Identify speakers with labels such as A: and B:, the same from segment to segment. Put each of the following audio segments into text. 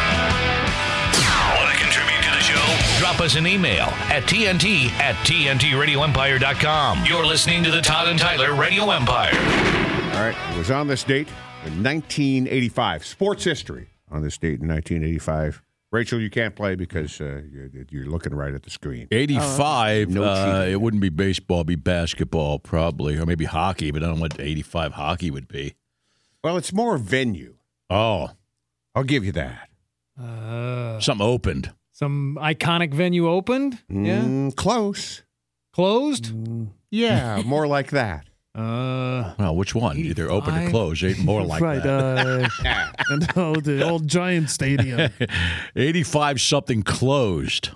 A: Want to contribute to the show? Drop us an email at TNT at TNTRadioEmpire.com. You're listening to the Todd and Tyler Radio Empire.
B: All right. It was on this date in 1985. Sports history on this date in 1985. Rachel, you can't play because uh, you're, you're looking right at the screen.
C: 85,
B: Oh, No
C: uh,
B: cheating.
C: it wouldn't be baseball, it'd be basketball probably, or maybe hockey, but I don't know what 85 hockey would be.
B: Well, it's more venue.
C: Oh,
B: I'll give you that.
D: Uh,
C: something opened.
D: Some iconic venue opened. Yeah.
B: Mm, close.
D: Closed.
B: Yeah, more like that.
D: Uh,
C: Well, which one? Either open or
D: 85?
C: closed. Ain't more like
E: right,
C: that.
E: uh, and oh, the old giant
D: uh,
E: stadium.
C: 85 something closed.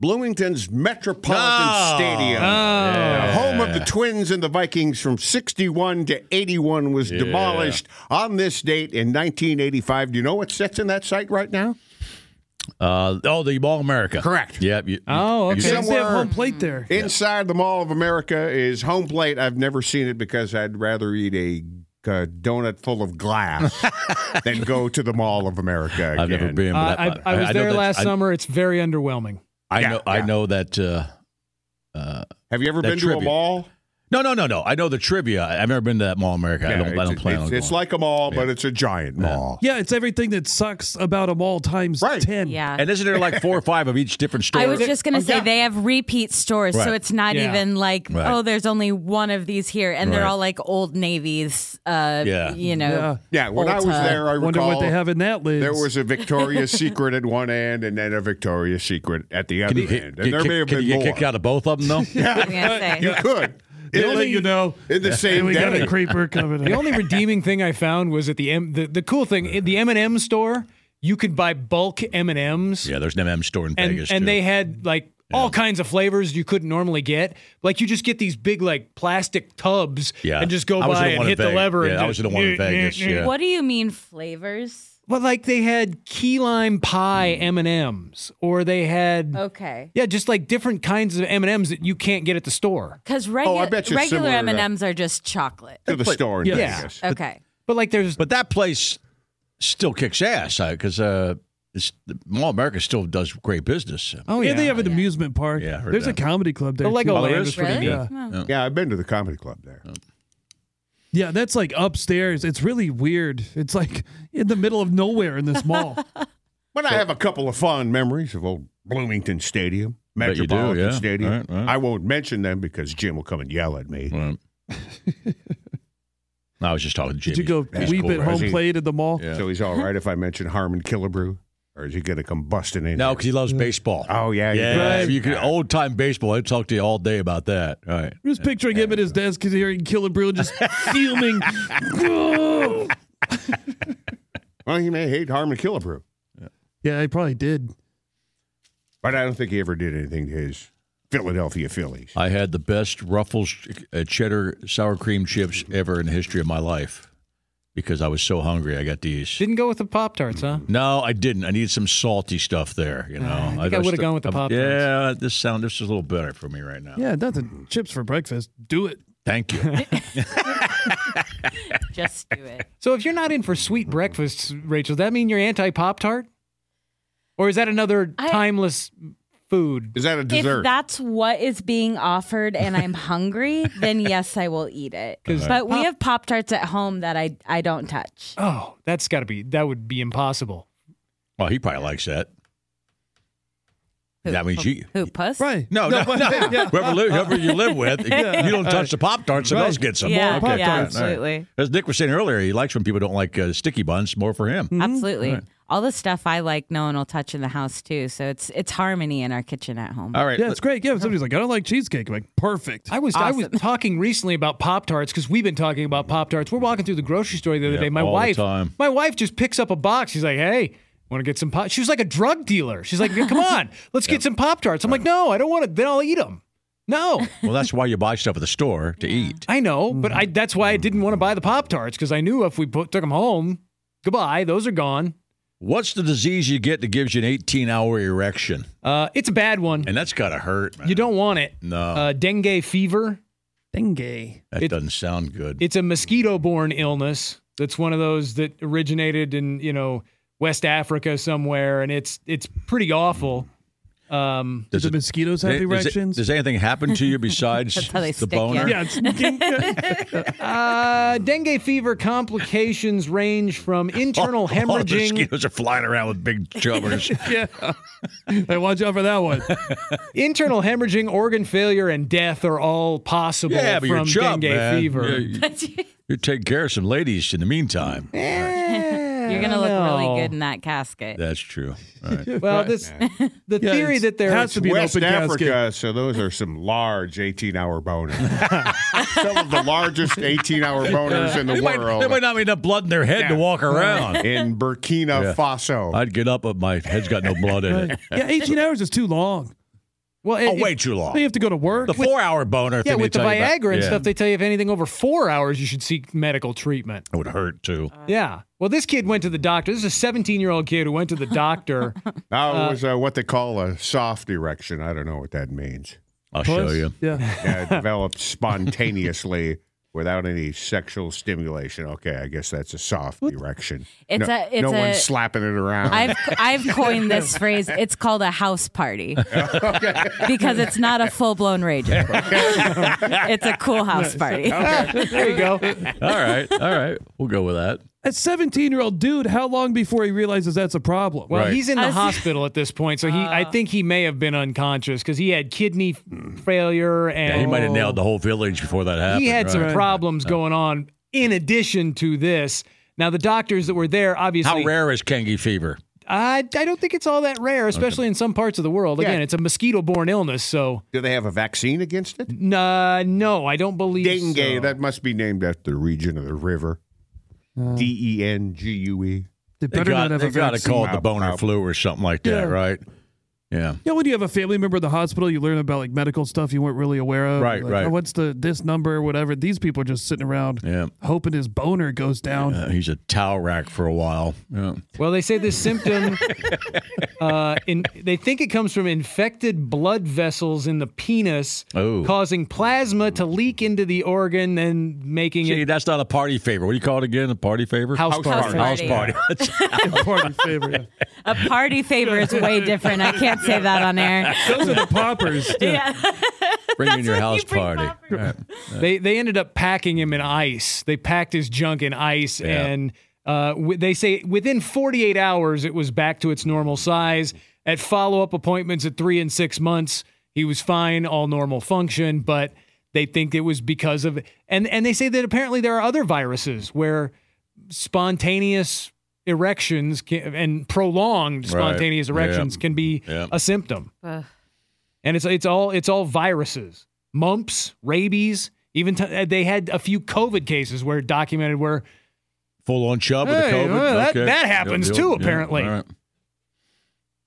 B: Bloomington's Metropolitan
C: Oh.
B: Stadium. The home of the Twins and the Vikings from 61 to 81 was demolished on this date in 1985. Do you know what sits in that site right now?
C: Uh, oh, the Mall of America.
B: Correct.
C: Yep. you- you-
D: oh, okay.
C: you-
E: They have
B: Somewhere-
E: home plate there.
B: Inside the Mall of America is home plate. I've never seen it because I'd rather eat a, uh donut full of glass than go to the Mall of America.
C: I've never
B: again.
C: been.
D: Uh,
C: But
D: I, I was
C: know
D: there
C: that's-
D: last
C: I-
D: summer. It's very underwhelming.
C: I
B: Yeah,
C: know. I
B: yeah.
C: know that. Uh, uh,
B: Have you ever
C: That
B: been to a
C: tribute.
B: mall?
C: no, no, no, no. I know the trivia. I- I've never been to that Mall of America. I
B: Yeah,
C: don't. I
B: it's-
C: don't plan
B: it's,
C: on
B: It's
C: going.
B: like a mall, but it's a giant mall.
E: Yeah, it's everything that sucks about them all times
B: Right.
E: 10.
F: Yeah.
C: And isn't there like four or five of each different store?
F: I was just going to say
B: yeah.
F: they have repeat stores, so
C: Right.
F: it's not
D: Yeah.
F: even like
C: Right.
F: oh, there's only one of these here, and they're
C: Right.
F: all like Old Navy's. Uh,
C: Yeah.
F: you know.
E: Yeah.
B: Yeah, when I was
F: Ulta.
B: there, I
E: Wonder
B: recall
E: what they have in that lid.
B: there was a Victoria's Secret at one end, and then a Victoria's Secret at the other
C: Can you,
B: end,
C: get,
B: and there may have
C: can
B: been
C: you get
B: more.
C: kicked out of both of them though? yeah.
F: I was gonna say.
B: You could.
E: They'll let you know.
B: in the
E: And
B: same
E: we got
B: day.
E: a creeper coming
D: The
E: in.
D: only redeeming thing I found was at the M. The, the cool thing, at the M and M store, you could buy bulk M and M's.
C: Yeah. There's an M store in
D: and,
C: Vegas
D: and
C: too.
D: they had like all kinds of flavors you couldn't normally get. Like you just get these big like plastic tubs
C: Yeah.
D: and just go
C: I was in
D: by
C: the one
D: and
C: in
D: hit the
C: Vegas.
D: lever.
C: Yeah,
D: and
C: I
D: just-
C: was in the one in Vegas, yeah.
F: What do you mean flavors?
D: Well, like they had key lime pie
C: Hmm.
D: M and M's, or they had
F: Oh. Okay.
D: yeah, just like different kinds of M and M's that you can't get at the store.
F: Because
B: I bet you
F: regular
B: similar, uh,
F: M and M's are just chocolate.
B: to the store in
D: Yeah.
B: Vegas.
F: Okay.
D: But like there's
C: But that place still kicks ass because uh, it's, the Mall of America still does great business.
D: oh yeah,
E: And they have an amusement park.
C: Yeah, I heard
E: There's
C: that.
E: a comedy club there.
D: The Lego
E: too.
D: Oh, there
E: Land
D: is?
E: is pretty
F: Really?
E: neat.
F: Yeah.
E: Yeah.
B: Yeah, I've been to the comedy club there.
E: Yeah, that's like upstairs. It's really weird. It's like in the middle of nowhere in this mall.
B: But I have a couple of fond memories of old Bloomington Stadium,
C: Bet you do,
B: Metropolitan
C: yeah.
B: Stadium.
C: Right, right.
B: I won't mention them because Jim will come and yell at me.
C: Right. I was just talking to Jimmy.
E: Did you go
C: He's
E: weep
C: cool,
E: at
C: right?
E: home plate at the mall?
C: Yeah.
B: So he's all right if I mention Harmon Killebrew, or is he going to come busting in?
C: No,
B: here?
C: because he loves baseball.
B: Oh yeah, he
C: yeah.
B: does.
C: You could old time baseball. I'd talk to you all day about that. All right.
E: I'm just picturing him at his desk and hearing Killebrew just fuming.
B: Well, he may hate Harmon Killebrew,
E: yeah, he probably did.
B: but I don't think he ever did anything to his Philadelphia Phillies.
C: I had the best Ruffles uh, cheddar sour cream chips ever in the history of my life because I was so hungry. I got these.
D: Didn't go with the Pop Tarts, huh?
C: No, I didn't. I needed some salty stuff there. You know,
D: I think I
C: just-
D: would've gone with the
C: I'm-
D: Pop Tarts.
C: Yeah, this sound this is a little better for me right now.
E: Yeah, nothing. Chips for breakfast. Do it.
C: Thank you.
F: Just do it.
D: So if you're not in for sweet breakfasts, Rachel, does that mean you're anti Pop Tart? Or is that another
F: I-
D: timeless food?
B: Is that a
F: If
B: dessert?
F: that's what is being offered and I'm hungry, then yes, I will eat it.
D: 'Cause
F: But we
D: Pop-
F: have Pop Tarts at home that I, I don't touch.
D: Oh, that's got to be that would be impossible.
C: well, he probably likes that. That
D: Oh.
C: means you.
F: Who, puss?
E: Right.
C: No, no,
E: but-
C: no.
E: yeah.
C: Whoever, li- whoever you live with, you don't touch the Pop Tarts, someone
E: Right.
C: else gets them.
F: Yeah,
C: Okay,
F: yeah,
C: fine. All right.
F: absolutely.
C: As Nick was saying earlier, he likes when people don't like uh, sticky buns, more for
D: Mm-hmm.
C: him.
F: Absolutely. All the stuff I like, no one will touch in the house too. So it's it's harmony in our kitchen at home.
B: Uh,
C: All right.
E: Yeah, it's great. Yeah, if somebody's like, I don't like cheesecake. I'm like, perfect.
D: I was I was talking recently about Pop Tarts because we've been talking about Pop Tarts. We're walking through the grocery store the other
C: Yeah,
D: day. My
C: all the
D: wife,
C: time.
D: my wife just picks up a box. She's like, "Hey, want to get some pop?" She was like a drug dealer. She's like, "Come on, let's get some Pop Tarts." I'm like, "No, I don't want to. Then I'll eat them." No,
C: well, that's why you buy stuff at the store to eat.
D: I know, but I that's why I didn't want to buy the Pop Tarts because I knew if we put, took them home, goodbye, those are gone.
C: What's the disease you get that gives you an 18 hour erection?
D: Uh, it's a bad one.
C: And that's got to hurt, man.
D: You don't want it.
C: No.
D: Uh, dengue fever.
E: dengue.
C: that
D: it-
C: doesn't sound good.
D: It's a mosquito-borne illness. That's one of those that originated in you know West Africa somewhere, and it's it's pretty awful. Um,
E: Does the
C: it-
E: mosquitoes
C: does
E: have
C: it-
E: erections?
C: Does anything happen to you besides
F: That's how they
C: the
F: stick you.
C: boner?
E: yeah, it's
D: uh, dengue fever complications range from internal
C: All the
D: hemorrhaging,
C: mosquitoes are flying around with big chubbers.
E: yeah. Hey, watch out for that one.
D: internal hemorrhaging, organ failure, and death are all possible
C: yeah, but
D: from
C: you're a chub,
D: dengue
C: man.
D: fever.
C: Yeah, you- You're taking care of some ladies in the meantime.
D: Eh.
F: You're gonna
D: I
F: look
D: know.
F: really good in that casket.
C: That's true. All right.
D: Well, this the
E: Yeah,
D: theory
E: it's-
D: that there
E: has to be an
B: West
E: open
B: Africa,
E: casket.
B: so those are some large 18 hour boners. some of the largest 18 hour boners in the
C: They might,
B: world.
C: they might not be enough blood in their head to
B: Yeah.
C: walk around.
B: in Burkina
C: Yeah.
B: Faso.
C: I'd get up, but my head's got no blood in it.
E: Yeah, 18 hours is too long.
D: well, it-
C: Oh,
D: it-
C: way too long.
E: You have to go to work.
C: The four-hour boner.
D: Yeah,
C: thing
D: with
C: they
D: the
C: tell you about-
D: Viagra and
C: Yeah.
D: stuff, they tell you if anything over four hours, you should seek medical treatment.
C: It would hurt too.
B: Uh.
D: Yeah. Well, this kid went to the doctor. This is a 17 year old kid who went to the doctor.
B: Now it was uh, what they call a soft erection. I don't know what that means.
C: I'll show
E: Puss.
C: you.
E: Yeah.
B: Yeah, it developed spontaneously without any sexual stimulation. Okay, I guess that's a soft erection.
F: It's
B: no,
F: a- it's
B: no
F: a-
B: one's slapping it around.
F: I've I've coined this phrase. It's called a house party because it's not a full blown rage. attack. it's a cool house party.
D: there you go.
C: All right, all right. We'll go with that.
E: A 17 year old dude, how long before he realizes that's a problem?
D: Well,
C: Right.
D: he's in the
F: I was-
D: hospital at this point, so he I
B: Oh.
D: think he may have been unconscious because he had kidney failure and
C: Yeah, he might have nailed the whole village before that happened.
D: he had some
C: right?
D: problems going on in addition to this. Now the doctors that were there obviously
C: How rare is Kengi fever?
D: I, I don't think it's all that rare, especially in some parts of the world.
B: Yeah.
D: Again, it's a mosquito-borne illness, so
B: Do they have a vaccine against it?
D: uh, no, I don't believe
B: Dengue.
D: so.
B: That must be named after the region of the river.
F: Uh.
B: D E N G U E.
E: They
C: They
E: better
C: got,
E: not have
C: they
E: a
C: got to
E: vaccine.
C: call it the
B: Pop,
C: boner
B: pop.
C: flu or something like that,
E: Yeah.
C: right? Yeah.
E: You know, when you have a family member in the hospital, you learn about like medical stuff you weren't really aware of.
C: Right,
E: Like,
C: right.
E: "Oh, what's the this number or whatever? These people are just sitting around
C: Yeah.
E: hoping his boner goes down.
C: Uh, he's a towel rack for a while. Yeah.
D: Well, they say this symptom, uh, in, they think it comes from infected blood vessels in the penis,
C: Oh.
D: causing plasma to leak into the organ and making
C: See,
D: it
C: that's not a party favor. What do you call it again? A party favor?
D: house, party.
F: party.
C: House party.
E: Party favor, yeah.
F: A party favor is way different. I can't say that on air.
E: Those are the poppers. Yeah.
C: Bring in your house
F: bring
C: party.
F: poppers.
C: Right.
D: They they ended up packing him in ice. They packed his junk in ice,
C: Yeah.
D: and uh, w- they say within 48 hours it was back to its normal size. At follow up appointments at three and six months, he was fine, all normal function, but they think it was because of and and they say that apparently there are other viruses where spontaneous erections can, and prolonged
C: Right.
D: spontaneous
C: Yeah.
D: erections can be
C: Yeah.
D: a symptom
F: Ugh.
D: and it's it's all it's all viruses, mumps, rabies. Even t- uh, they had a few COVID cases where documented where
C: Full on chub with
D: Hey,
C: the COVID.
D: well, that-
C: Okay.
D: that happens
C: Yeah,
D: too,
C: yeah.
D: apparently.
C: All right.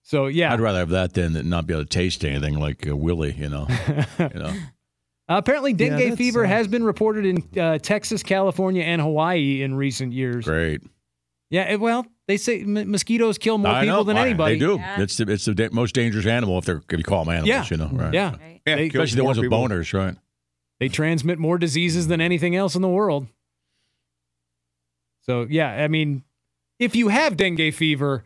D: So yeah,
C: I'd rather have that than than not be able to taste anything like uh, Willie. You know, you know.
D: Uh, apparently, dengue
E: that
D: fever has been reported in uh, Texas, California, and Hawaii in recent years.
C: Great.
D: Yeah, it- well, they say m- mosquitoes kill more people than
C: I-
D: anybody.
C: They do. It's the, it's the da- most dangerous animal if they're if you call them animals.
D: Yeah.
C: You know. Right.
D: Yeah,
B: Yeah,
D: They-
B: it kills
C: Especially the
B: more
C: ones with
B: people.
C: boners, right?
D: they transmit more diseases than anything else in the world. So yeah, I mean, if you have dengue fever,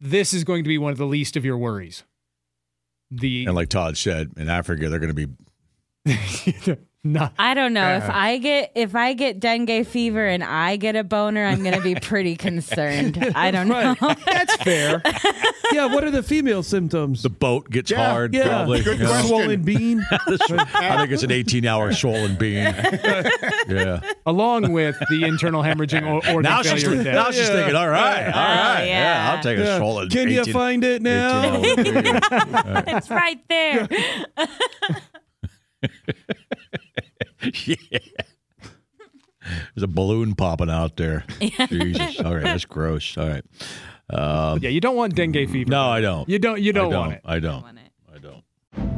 D: this is going to be one of the least of your worries. The
C: And like Todd said, in Africa they're going to be
D: not
F: I don't know if I get if I get dengue fever and I get a boner, I'm going to be pretty concerned. I don't know.
E: Right.
D: that's fair.
E: yeah, what are the female symptoms?
C: the boat gets
B: Yeah,
C: hard.
E: yeah,
C: Probably.
B: good
C: you know.
B: question.
E: swollen bean.
C: I think it's an 18-hour swollen bean. yeah.
D: along with the internal hemorrhaging or organ
C: Now she's,
D: failure and death.
C: now she's thinking, all right, all right,
F: yeah.
C: yeah, I'll take a
E: Yeah.
C: solid.
E: Can you
C: 18
E: find it now?
C: 18 hour beer.
F: it's right there.
C: yeah. There's a balloon popping out there. Jesus. All right, that's gross. All right. Um,
D: Yeah, you don't want dengue fever.
C: No, I don't.
D: You don't. You
C: I
D: don't, want it.
C: I don't. I don't.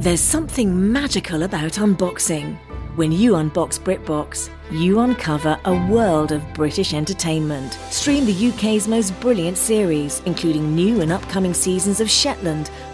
G: There's something magical about unboxing. When you unbox BritBox, you uncover a world of British entertainment. Stream the UK's most brilliant series, including new and upcoming seasons of Shetland,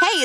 H: Hey,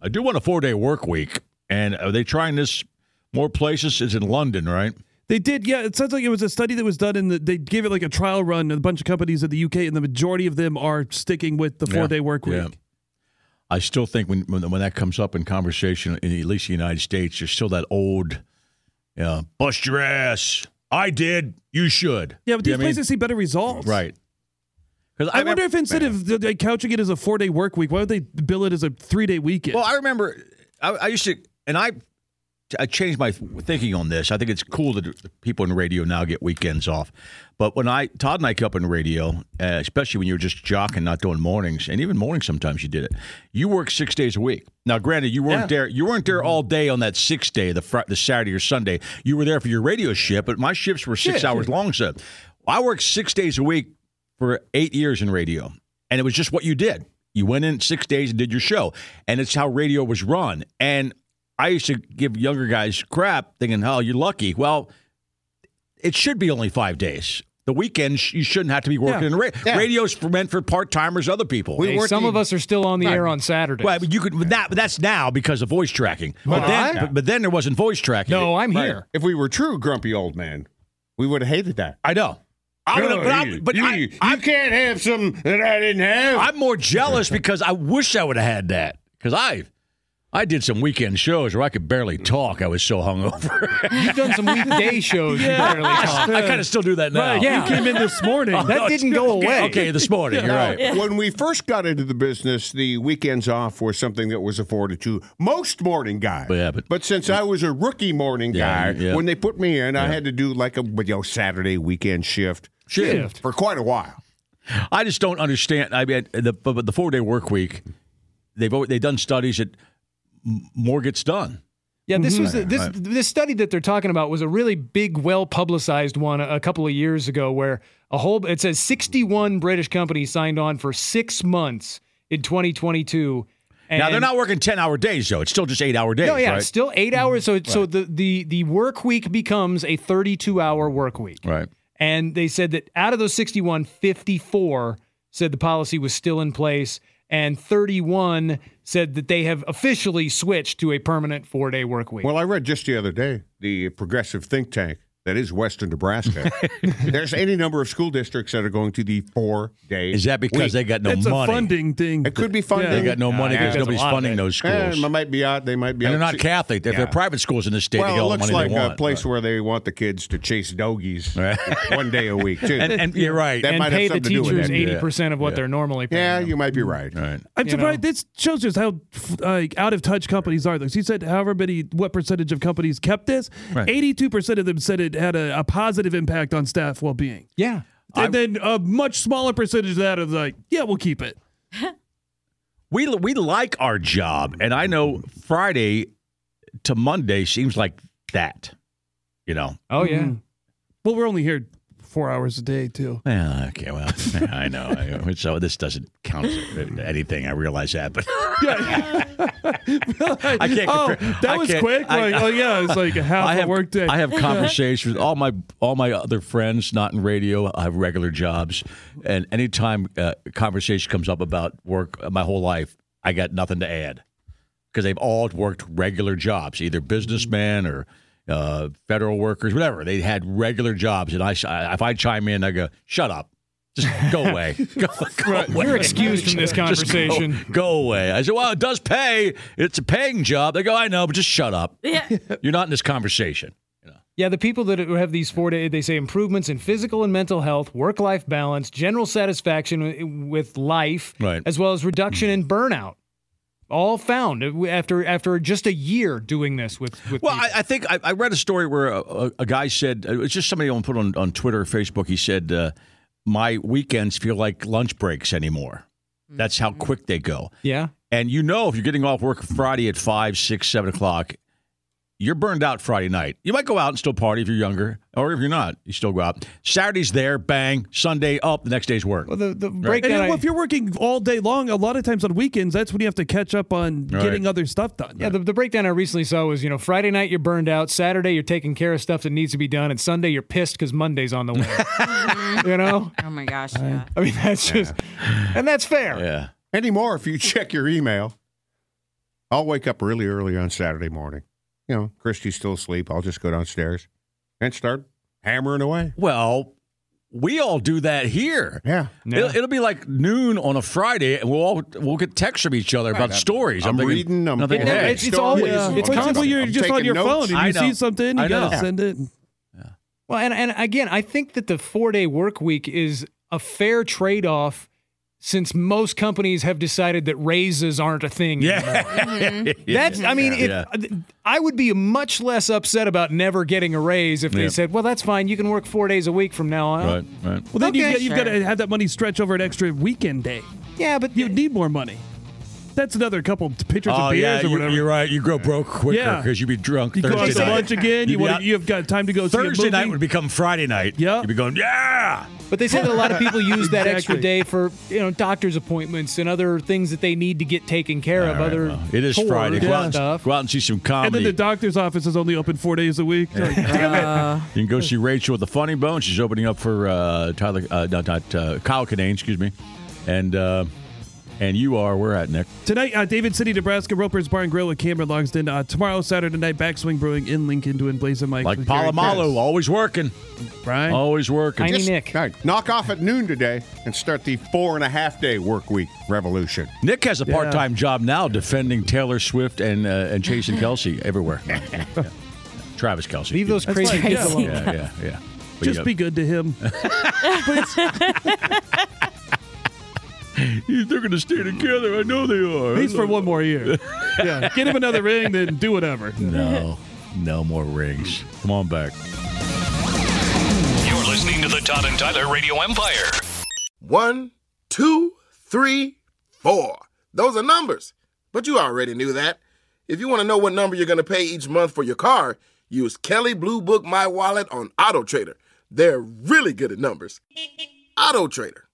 C: I do want a four-day work week, and are they trying this more places? It's in London, right?
E: They did, yeah. It sounds like it was a study that was done, and the, they gave it like a trial run. A bunch of companies in the UK, and the majority of them are sticking with the
C: Yeah.
E: four-day work week.
C: Yeah. I still think when, when when that comes up in conversation, in at least the United States, there's still that old, you know, bust your ass. I did. You should.
E: Yeah, but these
C: You know what I mean?
E: places see better results,
C: right? 'Cause
E: I, wonder if instead of the- like, couching it as a four-day work week, why would they bill it as a three-day weekend?
C: Well, I remember I, I used to, and I, I changed my thinking on this. I think it's cool that people in radio now get weekends off. But when I Todd and I came up in radio, uh, especially when you were just jocking, not doing mornings, and even mornings sometimes you did it. You work six days a week. Now, granted, you weren't there. You weren't there all day on that sixth day, the Friday, the Saturday or Sunday. You were there for your radio shift, but my shifts were six hours long. So I worked six days a week for eight years in radio, and it was just what you did. You went in six days and did your show, and it's how radio was run. And I used to give younger guys crap, thinking, "Oh, you're lucky." Well, it should be only five days. The weekends you shouldn't have to be working in radio.
B: Yeah.
C: Radio's for, meant for part timers, other people.
B: We
D: Hey,
B: weren't
D: some
B: the-
D: of us are still on the air on Saturdays.
C: Well, but you could but that, but that's now because of voice tracking. But then, but, but then there wasn't voice tracking.
D: no, I'm
B: Right.
D: here.
B: If we were true grumpy old man, we would have hated that.
C: I know. I would
B: Oh,
C: have, but I,
B: you-
C: but
B: you,
C: I,
B: you
C: I,
B: can't have some that I didn't have.
C: I'm more jealous because I wish I would have had that because I. I did some weekend shows where I could barely talk. I was so hungover.
D: You've done some weekday shows. You barely talk.
C: I kind of still do that now.
E: Right,
D: Yeah.
E: you came in this morning.
D: That didn't go away.
C: Okay, this morning. You're right.
B: When we first got into the business, the weekends off were something that was afforded to most morning guys.
C: Yeah, but-
B: since I was a rookie morning
C: Yeah,
B: guy,
C: yeah.
B: when they put me in, I had to do like a you know, Saturday weekend shift
C: Shift.
B: for quite a while.
C: I just don't understand. I mean, the but but the four day work week, they've al- they've done studies that m- more gets done.
D: Yeah, this was
C: Mm-hmm.
D: the, this this study that they're talking about was a really big, well publicized one a, a couple of years ago, where a whole it says 61 British companies signed on for six months in 2022. And
C: now they're not working ten hour days though. It's still just eight hour days.
D: No, yeah,
C: right?
D: it's still eight
B: Mm-hmm.
D: hours. So so the the the work week becomes a 32 hour work week.
C: right.
D: And they said that out of those 61, 54 said the policy was still in place, and 31 said that they have officially switched to a permanent four day work week.
B: Well, I read just the other day the progressive think tank that is Western Nebraska, there's any number of school districts that are going to the four day.
C: Is that because
B: week.
C: they got no It's a money? funding
E: thing.
B: It could be funding.
C: They got no money because nobody's funding those
B: Eh,
C: schools.
B: it might be out. They might be.
C: and they're
B: out-
C: not Catholic. If
B: Yeah.
C: they're private schools in the state, they get
B: Well, it
C: all the
B: looks
C: money
B: like
C: they want.
B: a place where they want the kids to chase doggies one day a week too.
C: And- and you're right.
B: That
D: and
B: might have
D: pay the
B: something to do with
D: teachers
B: it.
D: eighty percent of what they're normally paying.
B: Yeah, you might be right.
E: I'm
D: You
E: surprised. This shows just how f- like out of touch companies are. Like you said, however many, what percentage of companies kept this?
C: Right.
E: Eighty-two percent of them said it had a, a positive impact on staff well-being.
D: Yeah,
E: and then a much smaller percentage of that is like, yeah, we'll keep it.
C: we we like our job, and I know Friday to Monday seems like that. You know.
D: Oh yeah.
E: Well, we're only here four hours a day too.
C: Well, okay, well, I know. I- So this doesn't count as anything. I realize that, but I can't.
E: Oh,
C: compare-
E: that
C: I
E: was
C: can't-
E: quick.
C: I-
E: like, oh yeah, it's like a half
C: I have,
E: a work day.
C: I have conversations with all my all my other friends, not in radio. I have regular jobs, and anytime uh, conversation comes up about work, uh, my whole life, I got nothing to add because they've all worked regular jobs, either businessmen or uh, federal workers, whatever. They had regular jobs, and I, I- if I chime in, I go, "Shut up." Just go away. Go, go
D: Right.
C: away.
D: You're excused from this
C: Just go-
D: conversation.
C: Go, away. I said, well, it does pay. It's a paying job. They go, I know, but just shut up.
F: Yeah.
C: You're not in this conversation.
D: Yeah, the people that have these four day, they say improvements in physical and mental health, work life balance, general satisfaction wi- with life,
C: Right.
D: as well as reduction in burnout. All found after after just a year doing this with, with
C: Well, I, I think I, I read a story where a, a, a guy said it was just somebody on put on, on Twitter or Facebook. He said, uh, "My weekends feel like lunch breaks anymore. That's
D: Mm-hmm.
C: how quick they go."
D: yeah.
C: And you know, if you're getting off work Friday at five, six, seven o'clock, you're burned out Friday night. You might go out and still party if you're younger, or if you're not, you still go out. Saturday's there, bang. Sunday up, the next day's work.
D: Well, the, the
E: And then, well, if you're working all day long, a lot of times on weekends, that's when you have to catch up on
C: Right.
E: getting other stuff done.
D: Yeah, the, the breakdown I recently saw was, you know, Friday night you're burned out, Saturday you're taking care of stuff that needs to be done, and Sunday you're pissed because Monday's on the way. you know?
F: Oh my gosh. Yeah.
D: I mean, that's just, and that's fair.
C: Yeah.
B: Anymore, if you check your email, I'll wake up really early on Saturday morning. You know, Christy's still asleep. I'll just go downstairs and start hammering away.
C: Well, we all do that here.
B: Yeah.
C: It'll, it'll be like noon on a Friday, and we'll all we'll get texts from each other about stories.
B: I'm
C: thinking-
B: reading, I'm
C: thinking,
B: thinking,
C: hey,
B: it's- it's always-
E: Yeah.
B: it's
E: But
B: constant.
E: typically you're
B: I'm
E: just on
B: taking
E: your
B: notes.
E: phone
C: I
E: and you
C: know.
E: see something,
C: I
E: you gotta
C: know.
E: send it.
D: Well, and, and again, I think that the four day work week is a fair trade off since most companies have decided that raises aren't a thing anymore.
E: Mm-hmm.
C: Yeah.
D: That's, I mean, if, uh,
C: Yeah.
D: I would be much less upset about never getting a raise if they
C: Yeah.
D: said, well, that's fine. You can work four days a week from now on.
C: Right, right.
E: Well, then you
D: Okay.
E: got, you've got to have that money stretch over an extra weekend day.
D: Yeah, but
E: you need more money. That's another couple t- pitchers
C: Oh
E: of beers
C: yeah,
E: or
C: you,
E: whatever.
C: you're right. You grow broke quicker
E: Yeah.
C: because you'd be drunk
E: you go out
C: Thursday
E: to
C: night.
E: lunch again.
C: You'd
E: You
C: be
E: want
C: out-
E: to, you've got time to go see
C: Thursday
E: a movie.
C: night would become Friday night. Yeah, you'd be going, yeah.
D: But they say that a lot of people use that extra
E: Exactly.
D: day for you know doctor's appointments and other things that they need to get taken care of.
C: All right,
D: other
C: well, it is
D: chores
C: Friday. Go out,
D: and
C: and,
D: stuff.
C: go out and see some
E: and then
C: comedy.
E: the doctor's office is only open four days a week. Uh, Like, damn it.
C: you can go see Rachel at the Funny Bone. She's opening up for uh, Tyler, uh, not, not uh, Kyle Kinane, excuse me. And uh, and you are where at Nick?
E: Tonight, uh, David City, Nebraska, Roper's Bar and Grill with Cameron Logsden. Uh, tomorrow, Saturday night, Backswing Brewing in Lincoln doing Blazing Mike.
C: Like
E: with Gary
C: Palomalo, always working,
E: Chris. Brian.
C: always working.
D: Tiny
B: Just-
D: Nick.
B: all right, knock off at noon today and start the four and a half day work week revolution.
C: Nick has a part-time job now defending Taylor Swift and uh, and Jason Kelsey everywhere. Yeah, yeah, yeah. Travis Kelsey.
D: Leave those
E: That's
D: crazy
E: like-
D: people alone.
C: Yeah, yeah, yeah. But
E: Just
C: yeah,
E: be good to him.
C: they're going to stay together. I know they are.
E: At least for one more year. Yeah. Get him another ring, then do whatever.
C: No, no more rings. Come on back.
A: You're listening to the Todd and Tyler Radio Empire.
I: One, two, three, four. Those are numbers. But you already knew that. If you want to know what number you're going to pay each month for your car, use Kelly Blue Book My Wallet on Auto Trader. They're really good at numbers. Auto Trader.